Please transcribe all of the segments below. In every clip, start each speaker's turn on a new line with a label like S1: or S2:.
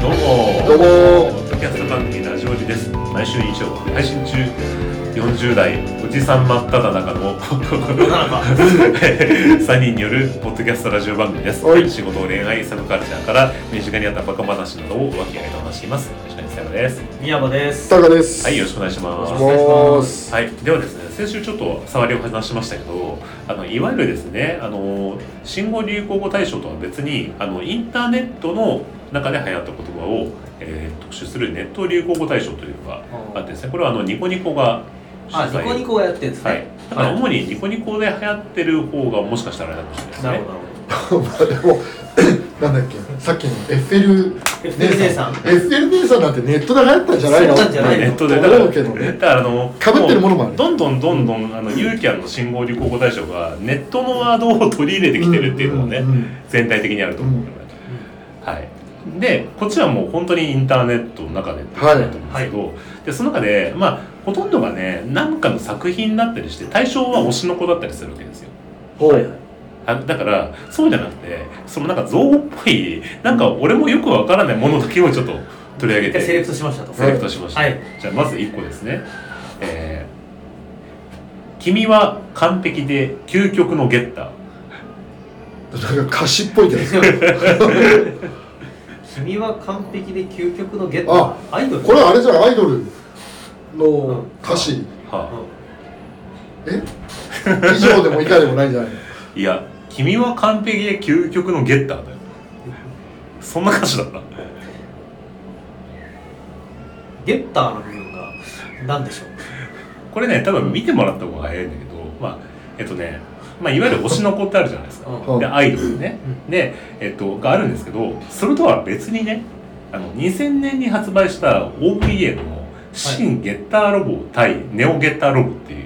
S1: どう
S2: ポッ
S1: も
S2: ドキャスト番組ラジオジです毎週日曜配信中40代おじさん真っ只中の 3人によるポッドキャストラジオ番組です
S1: はい
S2: 仕事恋愛サブカルチャーから身近にあったバカ話などを分け合いと話していますよろしくお願いしますです
S3: 宮場です。
S1: タカです
S2: はいよろしくお願いし
S1: お
S2: ます
S1: 願いします
S2: はい、ではですね先週ちょっと触りを話しましたけどあのいわゆるですねあの新語・流行語大賞とは別にあのインターネットの中で流行った言葉を、えー特集するネット流行語大賞というのがあってですねこれはあのニコニコが主
S3: あ、
S2: 催
S3: ニコニコをやってるんですね。
S2: はい、だから主にニコニコで流行ってる方がもしかしたらあれかもしれないですね
S3: なるほど、なる
S1: まあでも なんだっけさっきのエッフェル
S3: ほど。FL 姉さん。
S1: エッフェル姉さんなんてネットで流行ったんじゃないの
S3: そうなんじゃないの
S2: ネットで
S1: と
S2: だから
S1: 思うけどね
S2: だからあの
S1: 被ってるものもある
S2: どんどんどんどんあのユーキャンの新語・流行語大賞がネットのワードを取り入れてきてるっていうのもね、
S1: んん
S2: 全体的にあると思うので、はいでこっちはもう本当にインターネットの中でっていうことだと思うんですけど、でその中でまあほとんどがね何かの作品だったりして対象は推しの子だったりするわけですよ
S1: ほ
S3: はいは
S1: う
S3: い
S2: あだからそうじゃなくてそのなんか造語っぽいなんか俺もよくわからないものだけをちょっと取り上げ
S3: 一回
S2: て
S3: セレクトしましたと。
S2: セレクトしました、
S3: はい
S2: じゃあまず1個ですねえー君は完璧で究極のゲッター
S1: なんか歌詞っぽいじゃないですか
S3: 君は完璧で究極のゲット。アイドル。
S1: これあれじゃんアイドル
S3: う
S1: の
S3: ん
S1: 歌詞
S2: はあ
S3: う
S1: え以上でも以下でもないんじゃないの
S2: いや君は完璧で究極のゲッターだよそんな歌詞だった
S3: ん。ゲッターの部分がなんでしょう。
S2: これね多分見てもらった方が早いんだけどまあえっとね、まあ、いわゆる推しの子ってあるじゃないですか
S1: うん
S2: でアイドルね
S3: う
S2: で、えっと、があるんですけどそれとは別にねあの2000年に発売した OVA の「新ゲッターロボ対ネオゲッターロボ」っていう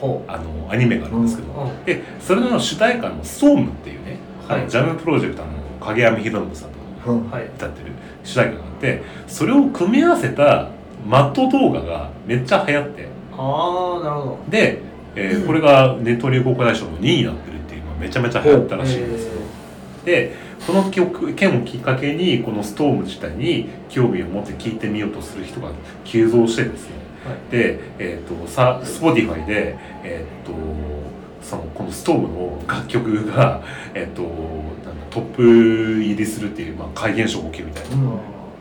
S3: ほう。
S2: あのアニメがあるんですけど、
S3: うんうん
S2: でそれの主題歌の「ストームっていうね、
S3: はい
S2: あのジャムプロジェクターの影山博信さんとか
S1: うん
S3: はい。
S2: 歌ってる主題歌があってそれを組み合わせたマット動画がめっちゃ流行って
S3: ああ、なるほど。
S2: で、えー
S3: うん
S2: これがネット流行語大賞の2位になってるっていうのがめちゃめちゃ流行ったらしいんですよでこの曲件をきっかけにこのストーム自体に興味を持って聴いてみようとする人が急増してですね、
S3: はい
S2: で、えー、とさ Spotify で、えー、とそのこのストームの楽曲が、えー、となんだトップ入りするっていう、まあ、怪現象が起きるみたいな
S1: うん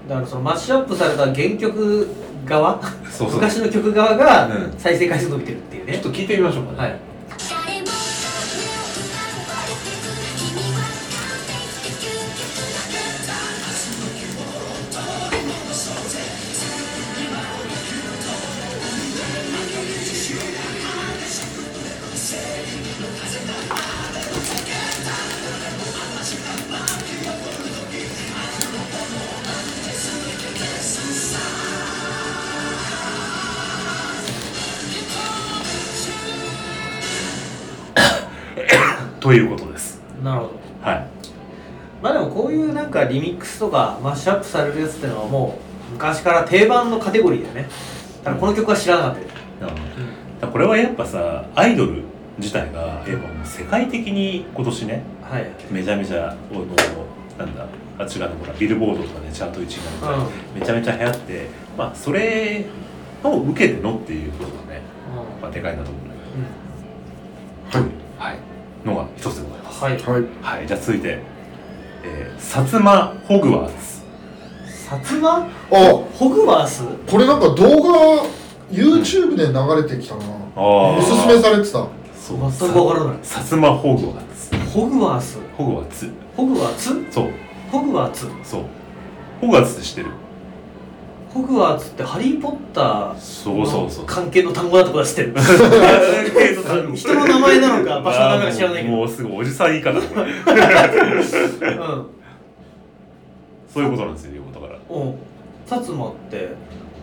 S3: だからそのマッシュアップされた原曲側、
S2: そうそう
S3: 昔の曲側
S2: う
S3: が
S2: ん
S3: 再生回数伸びてるっていう
S2: ちょ
S3: ね
S2: っ。と聞いてみましょうかね、
S3: はい。
S2: ということです
S3: なるほど。
S2: はい
S3: まあでもこういうなんかリミックスとかマッシュアップされるやつってのはもう昔から定番のカテゴリーだよねだからこの曲は知らなかったよ、
S2: だからこれはやっぱさアイドル自体がやっぱもう世界的に今年ね
S3: はい
S2: めちゃめちゃこのなんだあ違うのほらビルボードとかでチャート1位になるとかめちゃめちゃ流行ってまあそれを受けてのっていうことがね、まあ、でかいなと思うんだけど
S3: うん
S1: はい
S2: はいのが一つでございます
S3: はい
S1: はい
S2: はいじゃあ続いて、えー、薩摩ホグワーツ
S3: 薩摩
S1: あ
S3: ホグワース
S1: これなんか動画 YouTube で流れてきたな
S2: ああ
S1: おすすめされてた
S2: そう
S3: 全
S2: さ
S3: く分からない
S2: 薩摩ホグワーツ
S3: ホグワース
S2: ホグワーツ
S3: ホグワーツ
S2: そう
S3: ホグワーツ
S2: そうホグワーツって知ってる
S3: ホグワーツってハリー・ポッター
S2: そうそう そう
S3: の関係の単語だとか知 ってる人の名前なの か場所の名前か知らないけど
S2: もうすぐおじさん以下だこれ
S3: うん
S2: そういうことなんですよ、いうことから。
S3: うん薩摩って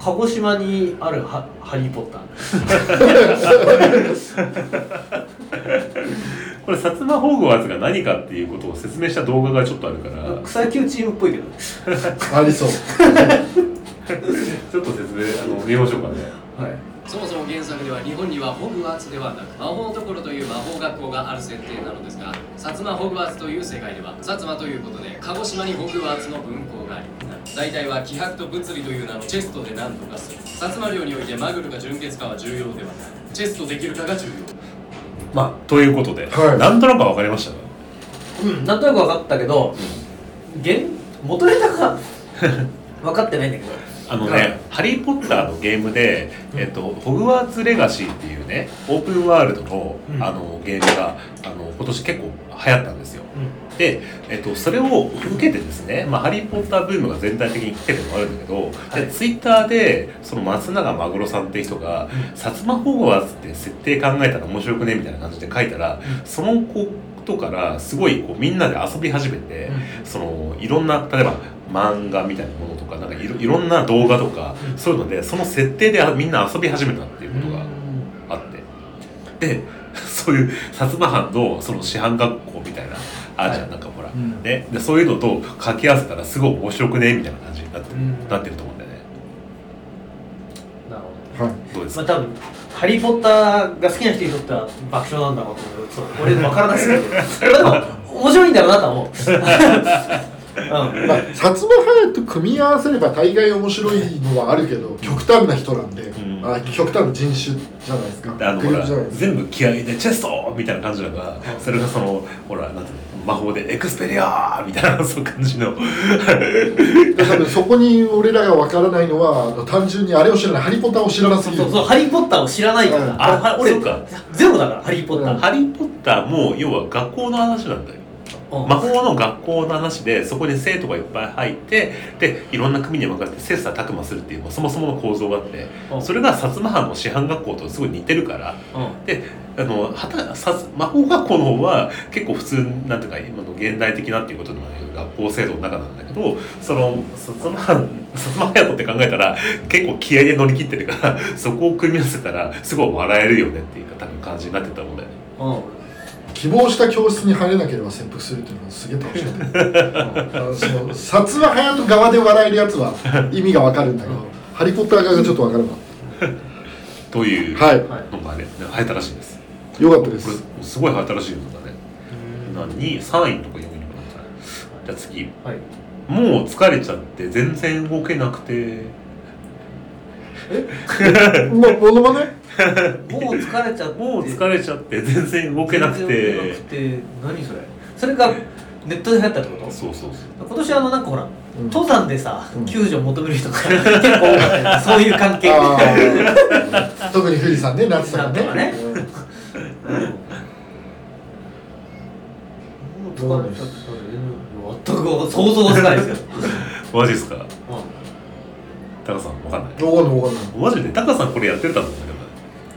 S3: 鹿児島にあるハハリー・ポッター
S2: これ、薩摩ホグワーツが何かっていうことを説明した動画がちょっとあるから、
S3: 草野球チームっぽいけど
S1: ありそう
S2: ちょっと説明、あの、見ましょうかね。
S3: はい
S4: そもそも原作では日本にはホグワーツではなく魔法所という魔法学校がある設定なのですが薩摩ホグワーツという世界では薩摩ということで鹿児島にホグワーツの分校があります大体は気迫と物理という名のチェストで何とかする薩摩領においてマグルか純血かは重要ではないチェストできるかが重要
S2: まあということで、
S1: はい
S2: なんとなく分かりましたね
S3: うん、なんとなく分かったけど、現元ネ タが分かってないんだけど
S2: あのね、
S3: はい
S2: ハリー・ポッターのゲームで、えっと、ホグワーツ・レガシーっていうね、オープンワールドの、
S3: うん
S2: あの、ゲームが、あの、今年結構流行ったんですよ。で、えっと、それを受けてですね、まあ、ハリー・ポッターブームが全体的に来てるのもあるんだけど、
S3: は
S2: で
S3: い
S2: ツイッターで、その松永マグロさんって人が、薩摩ホグワーツって設定考えたら面白くねみたいな感じで書いたら、そのことから、すごい、こう、みんなで遊び始めて、そのいろんな例えば漫画みたいなものとかなんかいろいろんな動画とか
S3: うん
S2: そういうのでその設定であみんな遊び始めたっていう
S3: う
S2: ことが
S3: ん
S2: あってでそういう薩摩藩のその師範学校みたいなあるじゃん、
S3: はい
S2: なんかほら、
S3: うん
S2: ね、でそういうのと掛け合わせたらすごい面白くねみたいな感じになって,、
S3: うん
S2: なってると思うんだよね
S3: なるほど
S1: はい
S2: どうです
S3: まあ
S2: か、
S3: 多分ハリー・ポッターが好きな人にとっては爆笑なんだろうと思うそう俺分からないで すけどまあでも面白いんだろうな とは思ううん
S1: まあ、薩摩隼と組み合わせれば大概面白いのはあるけど極端な人なんで、
S2: ん
S1: あ極端な人種じゃないですか
S2: であのほ
S1: 国
S2: ら
S1: じゃないですか
S2: 全部気合いでチェストみたいな感じだからそれがそのほらなんていうの魔法でエクスペリアーみたいな そういう感じの
S1: で多分そこに俺らが分からないのはあの単純にあれを知らないハリポタを知らなすぎる
S3: そうそうハリー・ポッターを知らないから、
S1: うん
S3: あは俺
S2: そうか
S3: ゼロだからハリー・ポッター、
S1: うん
S2: ハリー・ポッターも要は学校の話なんだよ
S3: うん
S2: 魔法の学校の話でそこに生徒がいっぱい入ってでいろんな組に分かれて切磋琢磨するっていうもうそもそもの構造があって
S3: うん
S2: それが薩摩藩の師範学校とすごい似てるから
S3: うん
S2: であのはた薩魔法学校の方は結構普通なんていうか今の現代的なっていうことの学校制度の中なんだけどその薩摩藩薩摩藩って考えたら結構気合で乗り切ってるからそこを組み合わせたらすごい笑えるよねっていうか多分感じになってたもんだよね。
S3: うん
S1: 希望した教室に入れなければ潜伏するっていうのはすげえ楽しかったあのその薩摩隼人側で笑えるやつは意味が分かるんだけどハリポッター側がちょっと分からなかっ
S2: という
S1: たはい
S3: はい
S2: のがね流行ったらしいです。
S1: よかったで
S2: こ
S1: す
S2: れすごい流行ったらしいのだね。何位3位とか4位とかだったじゃあ次
S3: はい
S2: もう疲れちゃって全然動けなくて
S1: もうものまね
S3: もう疲れちゃって
S2: もう疲れちゃって全然動けなくて
S3: 全然動けなくて何それそれがネットで流行ったってこと
S2: そうそうそう
S3: 今年あのなんかほら、
S1: うん
S3: 登山でさ、
S1: うん
S3: 救助求める人が結構多かったよ ねそういう関係
S1: あー特に富士山ね夏とかね
S3: 夏とかね
S1: うん
S3: うんもう疲れちゃって全く想像がつかないですよ、
S2: マジですか
S3: うん
S2: タカさんわかんない
S1: わかんないわかんない
S2: マジでタカさんこれやってたと思うんだけどね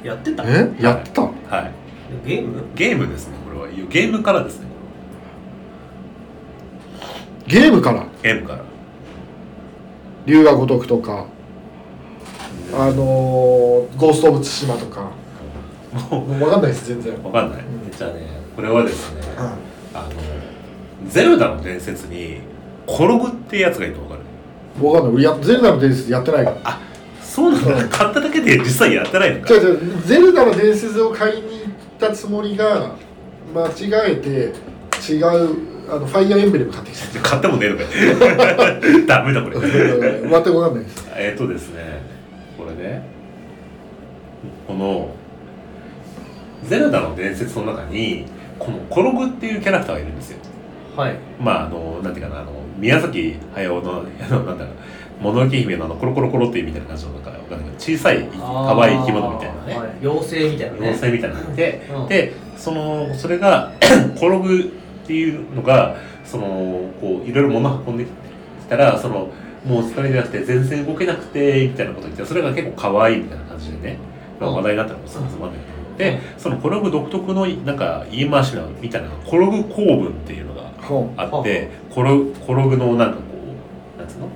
S3: やってたゲ
S1: えやってた
S2: はい
S3: ーム
S2: ゲームですねこれはゲームからですね
S1: ゲームから
S2: ゲームから
S1: 龍が如くとかあのー、ゴースト・オブ・ツシマとか
S2: も
S1: もう分かんないです全然
S2: うわかんない、
S1: うん
S2: じゃあねこれはですね、
S1: は
S2: あのゼルダの伝説にコログってやつがいるのわかる
S1: い分かんない俺やゼルダの伝説やってないから
S2: そうなんだ、買っただけで実際やってないのか
S1: 違う違うゼルダの伝説を買いに行ったつもりが間違えて違うあのファイアーエンブレム買って きた
S2: 買ってもねえのかよ ダメだこれ
S1: 全く分かんないです
S2: えっとですねこれねこの「ゼルダの伝説」の中にこのコログっていうキャラクターがいるんですよ
S3: はい
S2: まああのなんていうかなあの宮崎駿のあのなんだろう物置姫のあのコロコロコロっていうみたいな感じのなんかわかんないけど小さい可愛い生き物みたいなね、
S3: はい妖精みたいなね
S2: 妖精みたいなので、
S3: うん
S2: でそのそれが コログっていうのがそのこういろいろ物運んできたらそのもう疲れてなくて全然動けなくてみたいなこと言ってそれが結構可愛いみたいな感じでね、まあ
S3: うん
S2: 話題になったのもさまざまなんだけどでそのコログ独特のなんか言い回しなみたいなコログ構文っていうのが
S1: ほ
S2: あってコロコログのなんかこうなんつうのこ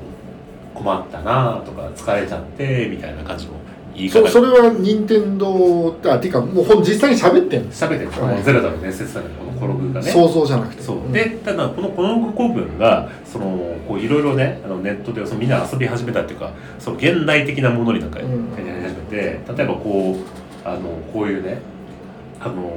S2: う困ったなあとか疲れちゃってみたいな感じの言いう方
S1: そ
S2: が
S1: それは任天堂あていうかもうほん実際に喋ってんの
S2: 喋ってるこ
S1: は
S2: の
S1: い
S2: ゼルダの伝説だねこのコログがね
S1: 想像じゃなくて
S2: そうんでただこのこの古文がそのこういろいろねあのネットでそのみんな遊び始めたっていうかその現代的なものになんかや
S1: う
S2: り
S1: ん
S2: 始めて例えばこうあのこういうねあの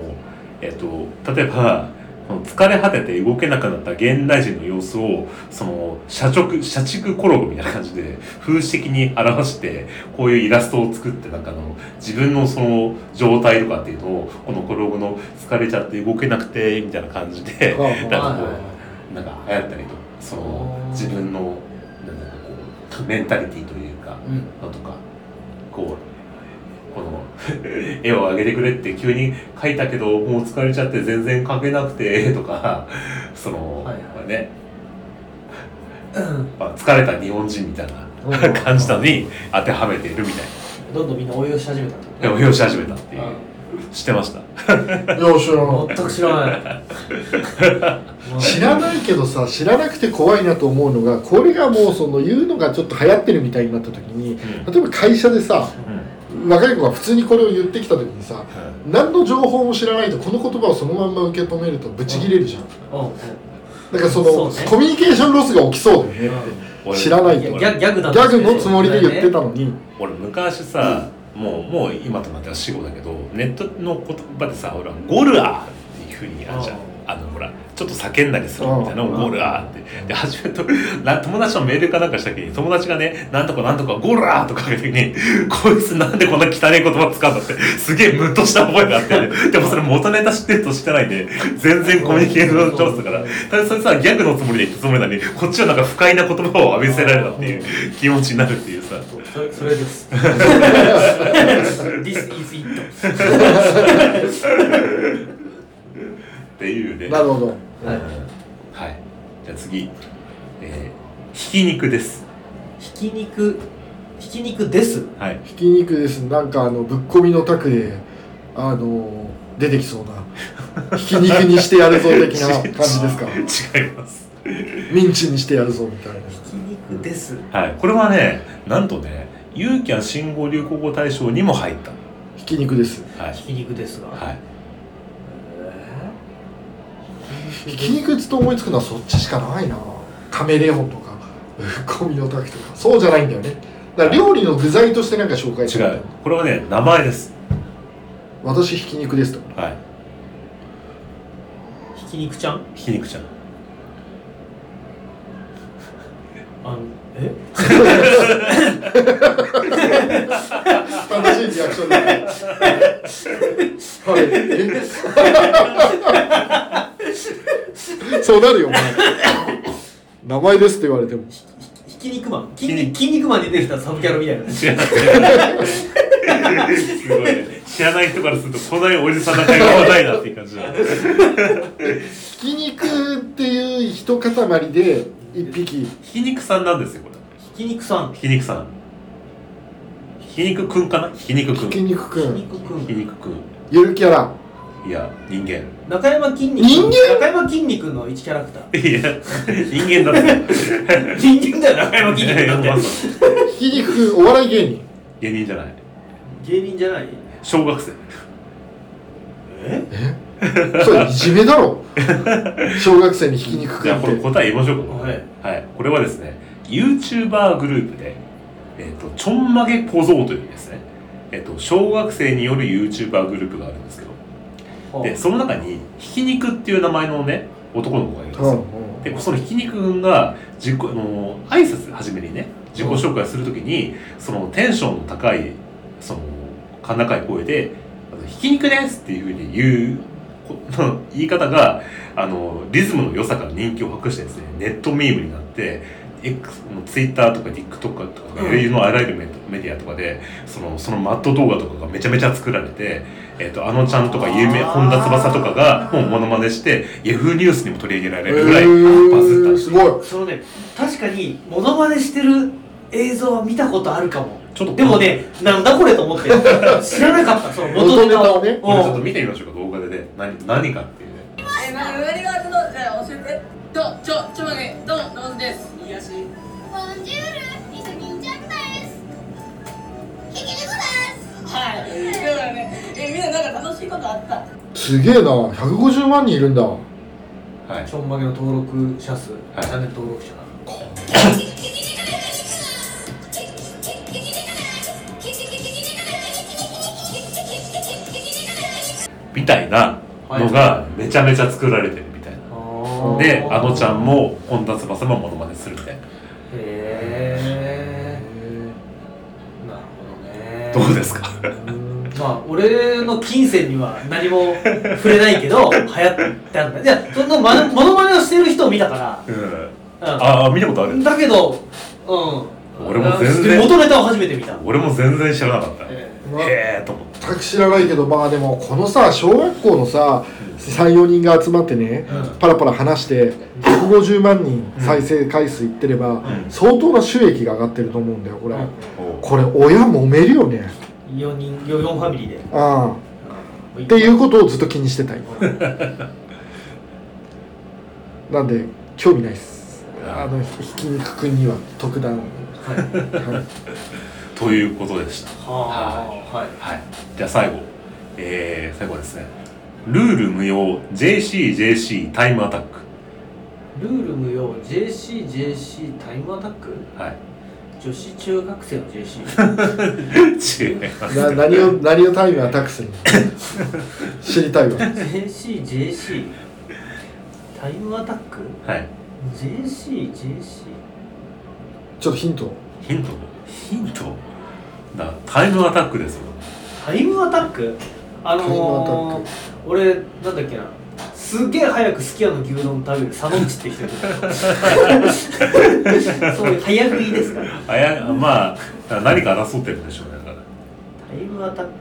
S2: えっと例えばこの疲れ果てて動けなくなった現代人の様子をその社畜社畜コロゴみたいな感じで風刺的に表してこういうイラストを作ってなんかあの自分のその状態とかっていうのをこのコロゴの疲れちゃって動けなくてみたいな感じで
S1: あ
S2: だから
S3: は
S2: こ
S3: いう
S2: なんか流行ったりとその
S3: あー
S2: 自分のなんだかこうメンタリティというか
S3: うん
S2: のとかこうこの 絵を上げてくれって急に描いたけどもう疲れちゃって全然描けなくてとかその、
S3: はいはい
S2: まあね、まあ、疲れた日本人みたいな
S1: う ん
S2: 感じなのに当てはめているみたい
S3: どんどんみんな応用し始めたってこと
S2: な
S3: ね
S2: 表し始めたっていう知ってました
S1: あよしよ
S3: 全く知 らない
S1: 知らないけどさ知らなくて怖いなと思うのがこれがもうその言うのがちょっと流行ってるみたいになった時に例えば会社でさ若い子が普通にこれを言ってきた時にさ何の情報も知らないとこの言葉をそのまんま受け止めるとブチギレるじゃん
S3: うんうん
S1: だからその
S3: そうね
S1: コミュニケーションロスが起きそうだよね
S2: 俺
S1: 知らない
S3: い
S1: と
S3: や
S1: ギ
S3: ギャギャグだ
S1: ャグのつもりで言ってた
S3: の
S1: のに
S2: 俺昔さ、もうもう今となっては死後だけどネットの言葉でさ俺はゴルアーっていうふうにあるじゃん
S3: うん
S2: あのほらちょっと叫んだりするみたいなの
S3: うん
S2: ゴルアーってで初めとな友達のメールかなんかした時に友達がねなんとかなんとかゴルアーとか言う時にこいつなんでこんな汚い言葉使うんだってすげえムッとした覚えがあって、でもそれ元ネタ知ってると知ってないで全然コミュニケーションの調査だからただそれさギャグのつもりで言ったつもりなのにこっちはなんか不快な言葉を浴びせられたっていう気持ちになるっていうさ
S3: それそれです This is it
S2: っていうね
S1: なるほど
S3: はい
S2: はい。じゃあ次、えー、ひき肉です。
S3: ひき肉ひき肉です
S2: はい。
S1: ひき肉ですなんかあのぶっ込みのタクであの出てきそうなひき肉にしてやるぞ的な感じです
S2: か
S1: か
S2: 違います。
S1: ミンチにしてやるぞみたいな
S3: ひき肉です
S2: はい。これはね、なんとね、ユーキャン新語・流行語大賞にも入っ
S1: ひき肉です
S2: た。はい
S3: ひ。き肉ですが、
S2: はい。
S1: ひき肉っつと思いつくのはそっちしかないなカメレオンとかぶっ込みのタクとかそうじゃないんだよねだから料理の具材としてなんか紹介して
S2: 違う。これはね、名前です。
S1: 私ひき肉ですとか
S2: はい。
S3: ひき肉ちゃん
S2: ひき肉ちゃん。
S3: あのえ
S1: 楽しいリアクションだねはいえそうなるよお前名前ですって言われても
S3: ひき肉マン筋肉筋肉マンに出てきたサブキャラみたいな
S2: 知らない。すごいね。知らない人からすると、こんなにおじさんな会話はないなっていう感じだ。
S1: ひき肉っていう一塊で一匹
S2: ひき肉さんなんですよ、これ。
S3: ひき肉さん
S2: ひき肉さん。ひき肉くんかなひき肉くん。
S1: ひ
S2: ひ
S1: き肉く
S3: ひき
S1: ん
S3: 肉く
S2: き
S3: ん
S2: 肉くん。
S1: ゆるキャラ
S2: いや、人間。
S3: 中山筋肉
S1: 人間
S3: 中山筋肉の一キャラクタ
S2: いや、人間だって。
S3: ー人間だよ中山筋肉だ
S2: いや
S3: っ
S2: ま
S3: て
S2: ず
S1: ひき肉くんお笑い芸人
S2: 芸人じゃない。
S3: 芸人じゃない
S2: 小学生。
S3: え
S1: それいじめだろ小学生にひき肉く
S2: じ
S1: ん
S2: ゃあ、
S1: っ
S2: これ
S1: て
S2: 答え言いましょうか。
S3: はい
S2: はい。これはですね、YouTuber グループで、えっ、と、ちょんまげ小僧というですね、えっ、と、小学生による YouTuber グループがあるんですけど、で、その中に、ひき肉っていう名前のね、男の子がいるんです
S1: うんう
S2: よ。
S1: ん
S2: でそのひき肉くんが自己あの挨拶初めにね自己紹介するときにそのテンションの高いその甲高い声であの「ひき肉です!」っていうふうに言うこ言い方があのリズムの良さから人気を博してですねネットミームになって X の Twitter とか TikTok とかいうのあらゆるメメディアとかでそのそのマット動画とかがめちゃめちゃ作られて、えっとあのちゃんとか有名
S3: あー
S2: 本田翼とかがもうモノマネして Yahoo ニュースにも取り上げられるぐらい
S1: えー
S2: バズったんです
S1: すごい
S3: そのね確かにモノマネしてる映像は見たことあるかも
S2: ちょっと
S3: でもねなんだこれと 思って知らなかったその
S1: 元
S3: 元
S1: ネ
S3: ネ
S1: タ
S3: タ
S1: を
S3: を
S1: ね
S2: これちょっと見てみましょうか動画でね何何かっていうね
S5: えー、まあ、上がちょっと、えー、教えて。と、ちょ、ちょまげ、どん、どんです。いやし。
S6: ボンジュール、イソギンチャクです。ひきりこです。
S5: はい。そうだね。えー、みんななんか楽しいことあった。
S1: すげえな150万人いるんだ
S2: はい
S3: ちょんまげの登録者数、
S2: はい
S3: チャンネル登録者が
S6: ひきりこです。ひきりこです。ひきりこです。
S2: みたいなのがめちゃめちゃ作られてるみであのちゃんも本田翼もモノマネするみたいな
S3: へえなるほ
S2: ど
S3: ど
S2: う
S3: ね
S2: ですか
S3: まあ俺の金銭には何も触れないけど流行ったんだいやそんなまモノマネをしてる人を見たか
S2: うん
S3: ら、うん、
S2: ああ見たことある
S3: だけどうん
S2: 俺も全然
S3: 元ネタを初めて見た、
S2: 俺も全然知らなかったへ
S3: え
S1: まあ
S2: えと思って
S1: 全く知らないけどまあでもこのさ小学校のさ34人が集まってね、
S3: うん
S1: パラパラ話して150万人再生回数いってれば、
S2: ん
S1: 相当な収益が上がってると思うんだよこれ、
S3: うん
S1: これ親揉めるよね
S3: ー、4人4ファミリーで、
S1: ああ
S3: うん
S1: っていうことをずっと気にしてた今なんで興味ないっすあのひき肉くんには特段、
S3: はいは
S1: はい
S2: ということでした
S3: あはい
S2: はいじゃあ最後えー、最後ですねルール無用 JCJC タイムアタック
S3: ルール無用 JCJC タイムアタック
S2: はい
S3: 女子中学生の JC
S2: 違います
S1: な 何を何をタイムアタックする の知りたいわ
S3: JCJC タイムアタック
S2: はい
S3: JCJC
S1: ちょっとヒントを
S2: ヒントヒントだタイムアタックですよ
S3: タイムアタックあのー、俺なんだっけなすっげえ早くすき家の牛丼食べるサノンチって人いるそういう早食いですから
S2: あやまあ何か争ってるんでしょうねだから
S3: タイムアタック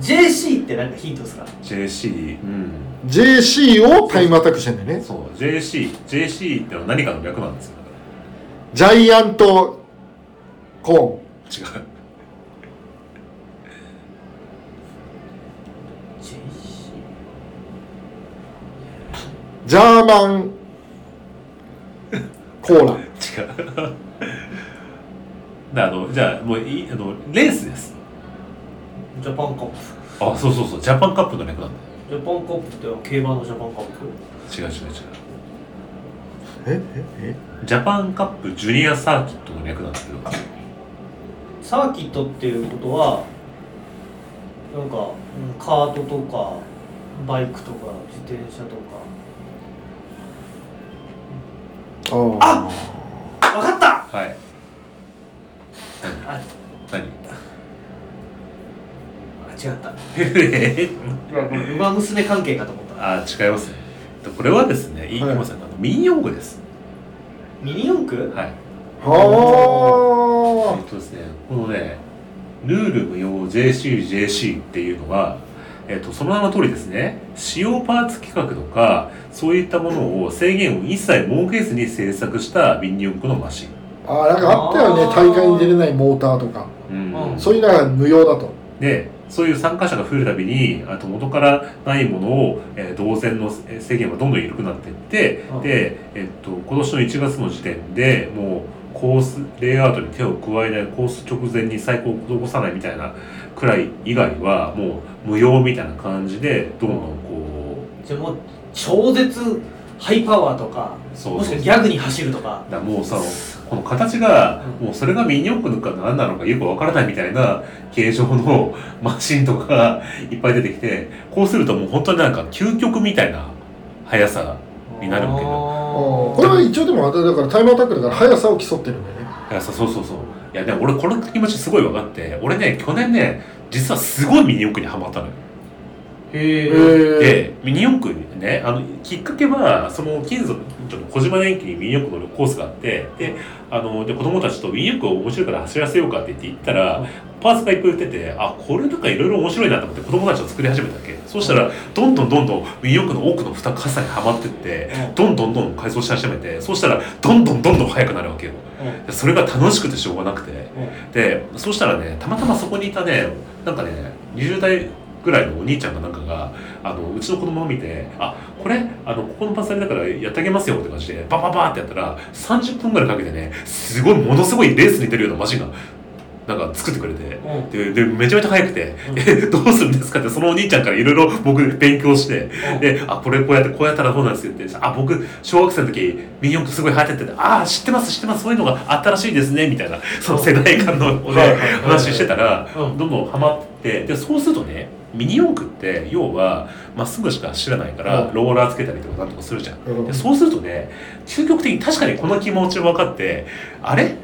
S3: JC ってなんかヒントですか
S2: JC うん
S1: JC をタイムアタックしてんだよね
S2: そう JC JC ってのは何かの略なんですよだか
S1: ジャイアントコ
S2: ら違う
S3: JC
S1: ーンジャーマンコーラ
S2: 違うだあのじゃあもういいあのレースです
S3: ジャパンカップ
S2: あそうそうそうジャパンカップの略なんだよ
S3: ジャパンカップって競馬のジャパンカップ
S2: 違う違う違う
S1: ええ
S2: ジャパンカップジュニアサーキットの略なんだけど
S3: サーキットっていうことはなんかうんカートとかバイクとか自転車とか
S1: えあ
S3: わかった
S2: はい
S3: あ
S2: 何
S3: あ違った
S2: え
S3: 馬娘関係かと思った
S2: あ違いますねこれはですね言いません、あの民謡語です
S3: ミニ四駆
S2: はいえ
S1: あ
S2: っとですね、このね、ルール無用 JCJC っていうのは、えっと、その名の通りですね、使用パーツ企画とか、そういったものを制限を一切設けずに制作したミニ四駆のマシン。
S1: ああなんかあったよね
S3: あー
S1: 大会に出れないモーターとか
S2: うん
S3: うん
S1: そういうのは無用だと
S2: で、そういう参加者が増えるたびに、あと元からないものを、えー同然のえー制限はどんどん緩くなっていって、
S3: うん
S2: で、えっと、今年の1月の時点でもうコースレイアウトに手を加えないコース直前に最高を残さないみたいなくらい以外はもう無用みたいな感じでどんどんこ
S3: じゃあもう超絶ハイパワーとか
S2: うそう
S3: もしくはギャグに走るとか
S2: だからもうさこの形が
S3: うん
S2: もうそれがミニ四駆か何なのかよくわからないみたいな形状の マシンとかがいっぱい出てきてこうするともう本当になんか究極みたいな速さがになるわけだ
S1: あ
S3: あ
S1: ーこれは一応でもあれだからタイムアタックだから速さを競ってるんだよね
S2: 速さそうそうそういやでも俺この気持ちすごい分かって俺ね去年ね実はすごいミニ四駆にはまったのよ
S3: へえ
S1: へえ
S2: でミニ四駆ねあのきっかけはその金属ちょっと小島電機にミニ四駆のコースがあってであので子供たちとミニ四駆を面白いから走らせようかって言って行ったら、
S3: うん
S2: パーツがいっぱい売っててあこれとかいろいろ面白いなと思って子供たちを作り始めたわけそうしたらどんどんどんどんミニ四駆の奥の蓋傘にはまってって
S3: うん
S2: どんどんどんどん改装し始めてそうしたらどんどんどんどん速くなるわけよでそれが楽しくてしょうがなくてでそうしたらねたまたまそこにいたねなんかね20代ぐらいのお兄ちゃんかなんかがあのうちの子供を見て「あこれあのここのパスタリだからやってあげますよ」って感じでバババーってやったら30分ぐらいかけてねすごいものすごいレースに出るようなマシンがなんか作ってくれて。ででめちゃめちゃ速くて「
S3: うん
S2: えどうするんですか?」ってそのお兄ちゃんからいろいろ僕勉強してで、あ、これこうやって、こうやったらどうなんですよって、あ、僕、小学生の時、ミニ四駆すごい流行ってて、あー、知ってます、知ってます、そういうのがあったらしいですね、みたいな、その世代間の、ね
S3: はいはいはい
S2: 話してたら、
S3: うん
S2: どんどんハマって、で、そうするとね、ミニ四駆って要はまっすぐしか走らないから
S1: うん
S2: ローラーつけたりとかなんとかするじゃん、
S1: うん
S2: でそうするとね究極的に確かにこの気持ち分かってあれ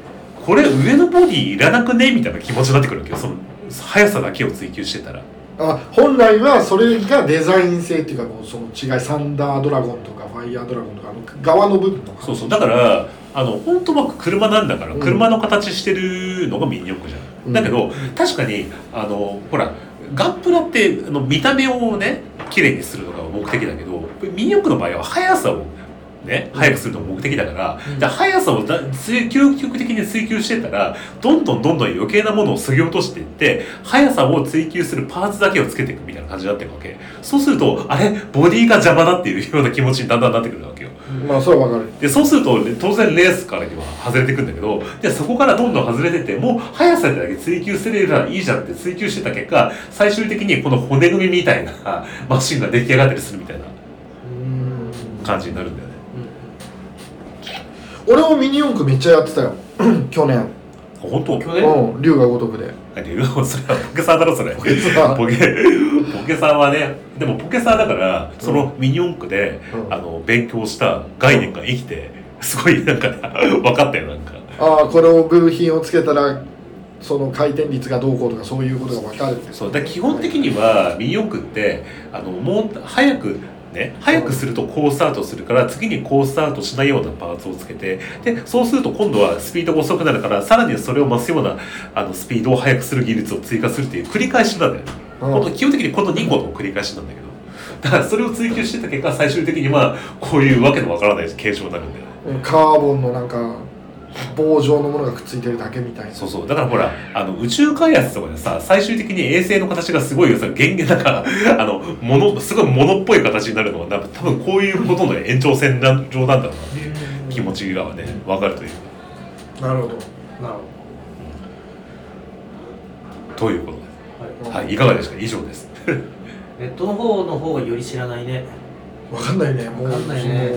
S2: これ上のボディいらなくねみたいな気持ちになってくるわけどその速さだけを追求してたら
S1: あ本来はそれがデザイン性っていうかこうその違いサンダードラゴンとかファイヤードラゴンとかあの側の部分とか
S2: そうそうだからあの本当は車なんだから
S1: うん
S2: 車の形してるのがミニ四駆じゃん、
S1: うん
S2: だけど確かにあのほらガンプラってあの見た目をね綺麗にするのが目的だけどミニ四駆の場合は速さをね速くするのが目的だから,、
S1: うん
S2: だから速さをだ追究極的に追求してたらどんどんどんどん余計なものを削ぎ落としていって速さを追求するパーツだけをつけていくみたいな感じになっていくわけそうするとあれボディが邪魔だっていうような気持ちにだんだんなってくるわけよ
S1: まあそれはわかる
S2: でそうすると当然レースからには外れていくんだけどでそこからどんどん外れてってもう速さだけ追求すればいいじゃんって追求してた結果最終的にこの骨組みみたいな マシンが出来上がったりするみたいな
S1: うん
S2: 感じになるんだよね
S1: 俺もミニ四駆めっちゃやってたよ去年
S2: あ本当
S3: 去年
S1: うん龍が如くで
S2: あ理由 はそれはポケサーだろそれポ
S1: ケサー
S2: ポケポケサーはねでもポケサーだからそのミニ四駆で、
S1: うん
S2: あの勉強した概念が生きてすごいなんか 分かったよなんか
S1: ああこれを部品をつけたらその回転率がどうこうとかそういうことがわかるって
S2: そうだから基本的にはミニ四駆ってあのもう早くね早くするとこうスタートするから次にこうスタートしないようなパーツをつけてでそうすると今度はスピードが遅くなるからさらにそれを増すようなあのスピードを速くする技術を追加するっていう繰り返しなんだよ、
S1: うん
S2: この基本的にこの2個の繰り返しなんだけどだからそれを追求してた結果最終的にはこういうわけのわからない形状になるんだよね
S1: うんカーボンのなんか棒状のものがくっついてるだけみたいな
S2: そうそうだからほらあの宇宙開発とかでさ最終的に衛星の形がすごいさ原型だから あのものすごい物っぽい形になるのは多分多分こういうことの延長線上なんだろうなっていう気持ちがね分かるという
S1: なるほど
S3: なるほ
S2: ということ
S3: ど、はい
S2: ですはいいかがですか以上です
S3: ネットの方の方がより知らないね
S1: わかんないねもう
S3: わかんないね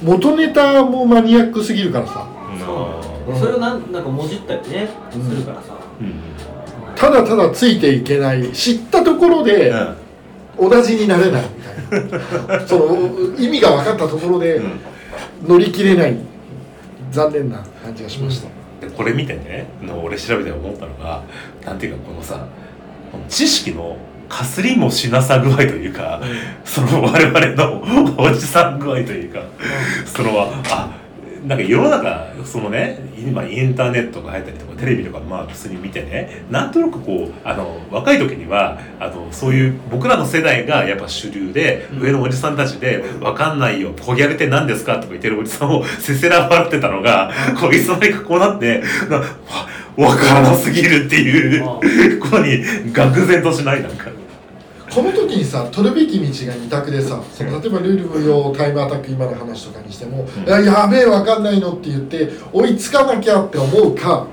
S1: その元ネタもマニアックすぎるからさ
S2: う
S1: うん
S3: それをなんなんかもじったりね、
S1: うん
S3: するからさ
S2: ん
S1: ただただついていけない知ったところで
S2: うん
S1: 同じになれないみたい なその意味が分かったところで
S2: うん
S1: 乗り切れない残念な感じがしました、
S2: でこれ見てねの俺調べて思ったのがなんていうかこのさこの知識のかすりもしなさ具合というか、その我々のおじさん具合というか、そのあなんか世の中そのね今インターネットが入ったりとかテレビとかまあ普通に見てねなんとなくこうあの若い時にはあのそういう僕らの世代がやっぱ主流で、
S3: うん
S2: 上のおじさんたちで「わかんないよポギャルって何ですか?」とか言ってるおじさんをせせら笑ってたのがこういつの間にかこうなってなわわからなすぎるっていう
S3: ああ
S2: ことに愕然としないなんか。
S1: この時にさ取るべき道が二択でさその例えばルール無用タイムアタック今の話とかにしても、
S2: ん
S1: いややべえ分かんないのって言って追いつかなきゃって思うか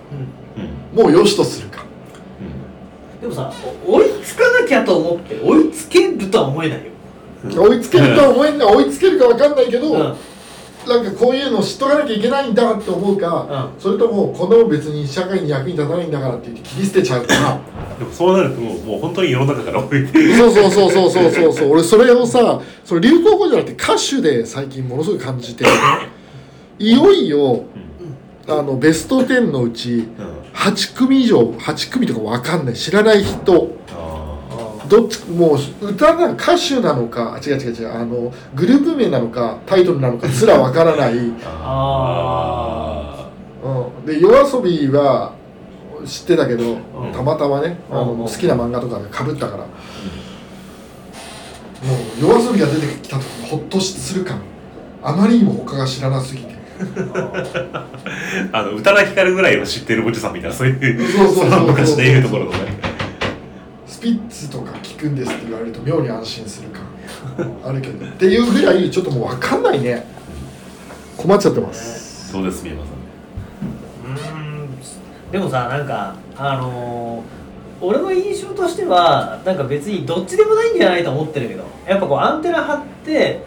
S2: うん
S1: もう良しとするか
S3: でもさお追いつかなきゃと思って追いつけるとは思えないよ、
S1: 追いつけるとは思えんな追いつけるか分かんないけど、
S3: うん
S1: なんかこういうの知っとかなきゃいけないんだって思うか、それともこの別に社会に役に立たないんだからって言って切り捨てちゃうか
S2: でもそうなるともう本当に世の中から置いて
S1: そうそうそうそうそうそうそう俺それをさそれ流行語じゃなくて歌手で最近ものすごい感じていよいよあのベスト10のうち
S2: うん
S1: 8組以上8組とか分かんない知らない人
S2: あ
S1: どっちもう歌な歌手なのかあ違う違う違うあのグループ名なのかタイトルなのかすら分からない
S2: あ
S1: うん、で夜遊びは知ってたけど、
S2: ん
S1: たまたまねあの、
S3: うん
S1: 好きな漫画とかがかぶったから、もう夜遊びが出てきた時にほっとする感あまりにも他が知らなすぎて
S2: あの宇多田ヒカルぐらいは知ってるおじさんみたいなそういう
S1: そうそうそうそう
S2: の昔でいうところのね
S1: スピッツとか聞くんですって言われると妙に安心する感あるけどっていうぐらいちょっともう分かんないね困っちゃってます
S2: どうです三山さん
S3: うーんでもさなんかあのー俺の印象としてはなんか別にどっちでもないんじゃないと思ってるけどやっぱこうアンテナ張って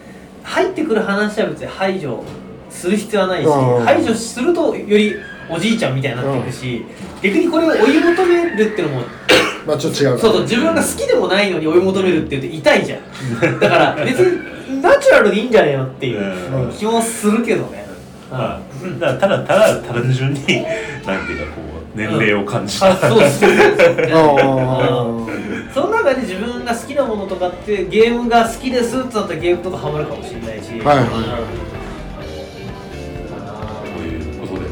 S3: 入ってくる話は別に排除する必要はないし
S1: うん
S3: 排除するとよりおじいちゃんみたいになっていくし逆にこれを追い求めるっていうのも
S1: まあちょっと違うか
S3: そう
S1: ら
S3: そう自分が好きでもないのに追い求めるって言って痛いじゃんだから別にナチュラルでいいんじゃねえよっていう気もするけどね、
S2: まあ、だただただ単純になんていうかこう年齢を感じた、
S3: あそうそう
S1: ああ
S3: その中で自分が好きなものとかってゲームが好きですってなったらゲームとかハマるかもしれないし、
S1: はい
S2: ということで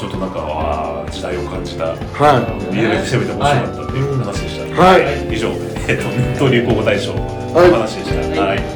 S2: ちょっとなんかあー時代を感じた
S1: は
S2: 見える人々面白かったという話でした、
S1: いはい
S2: 以上、えっと、東流候補大賞のお話でした。
S3: はい
S2: はい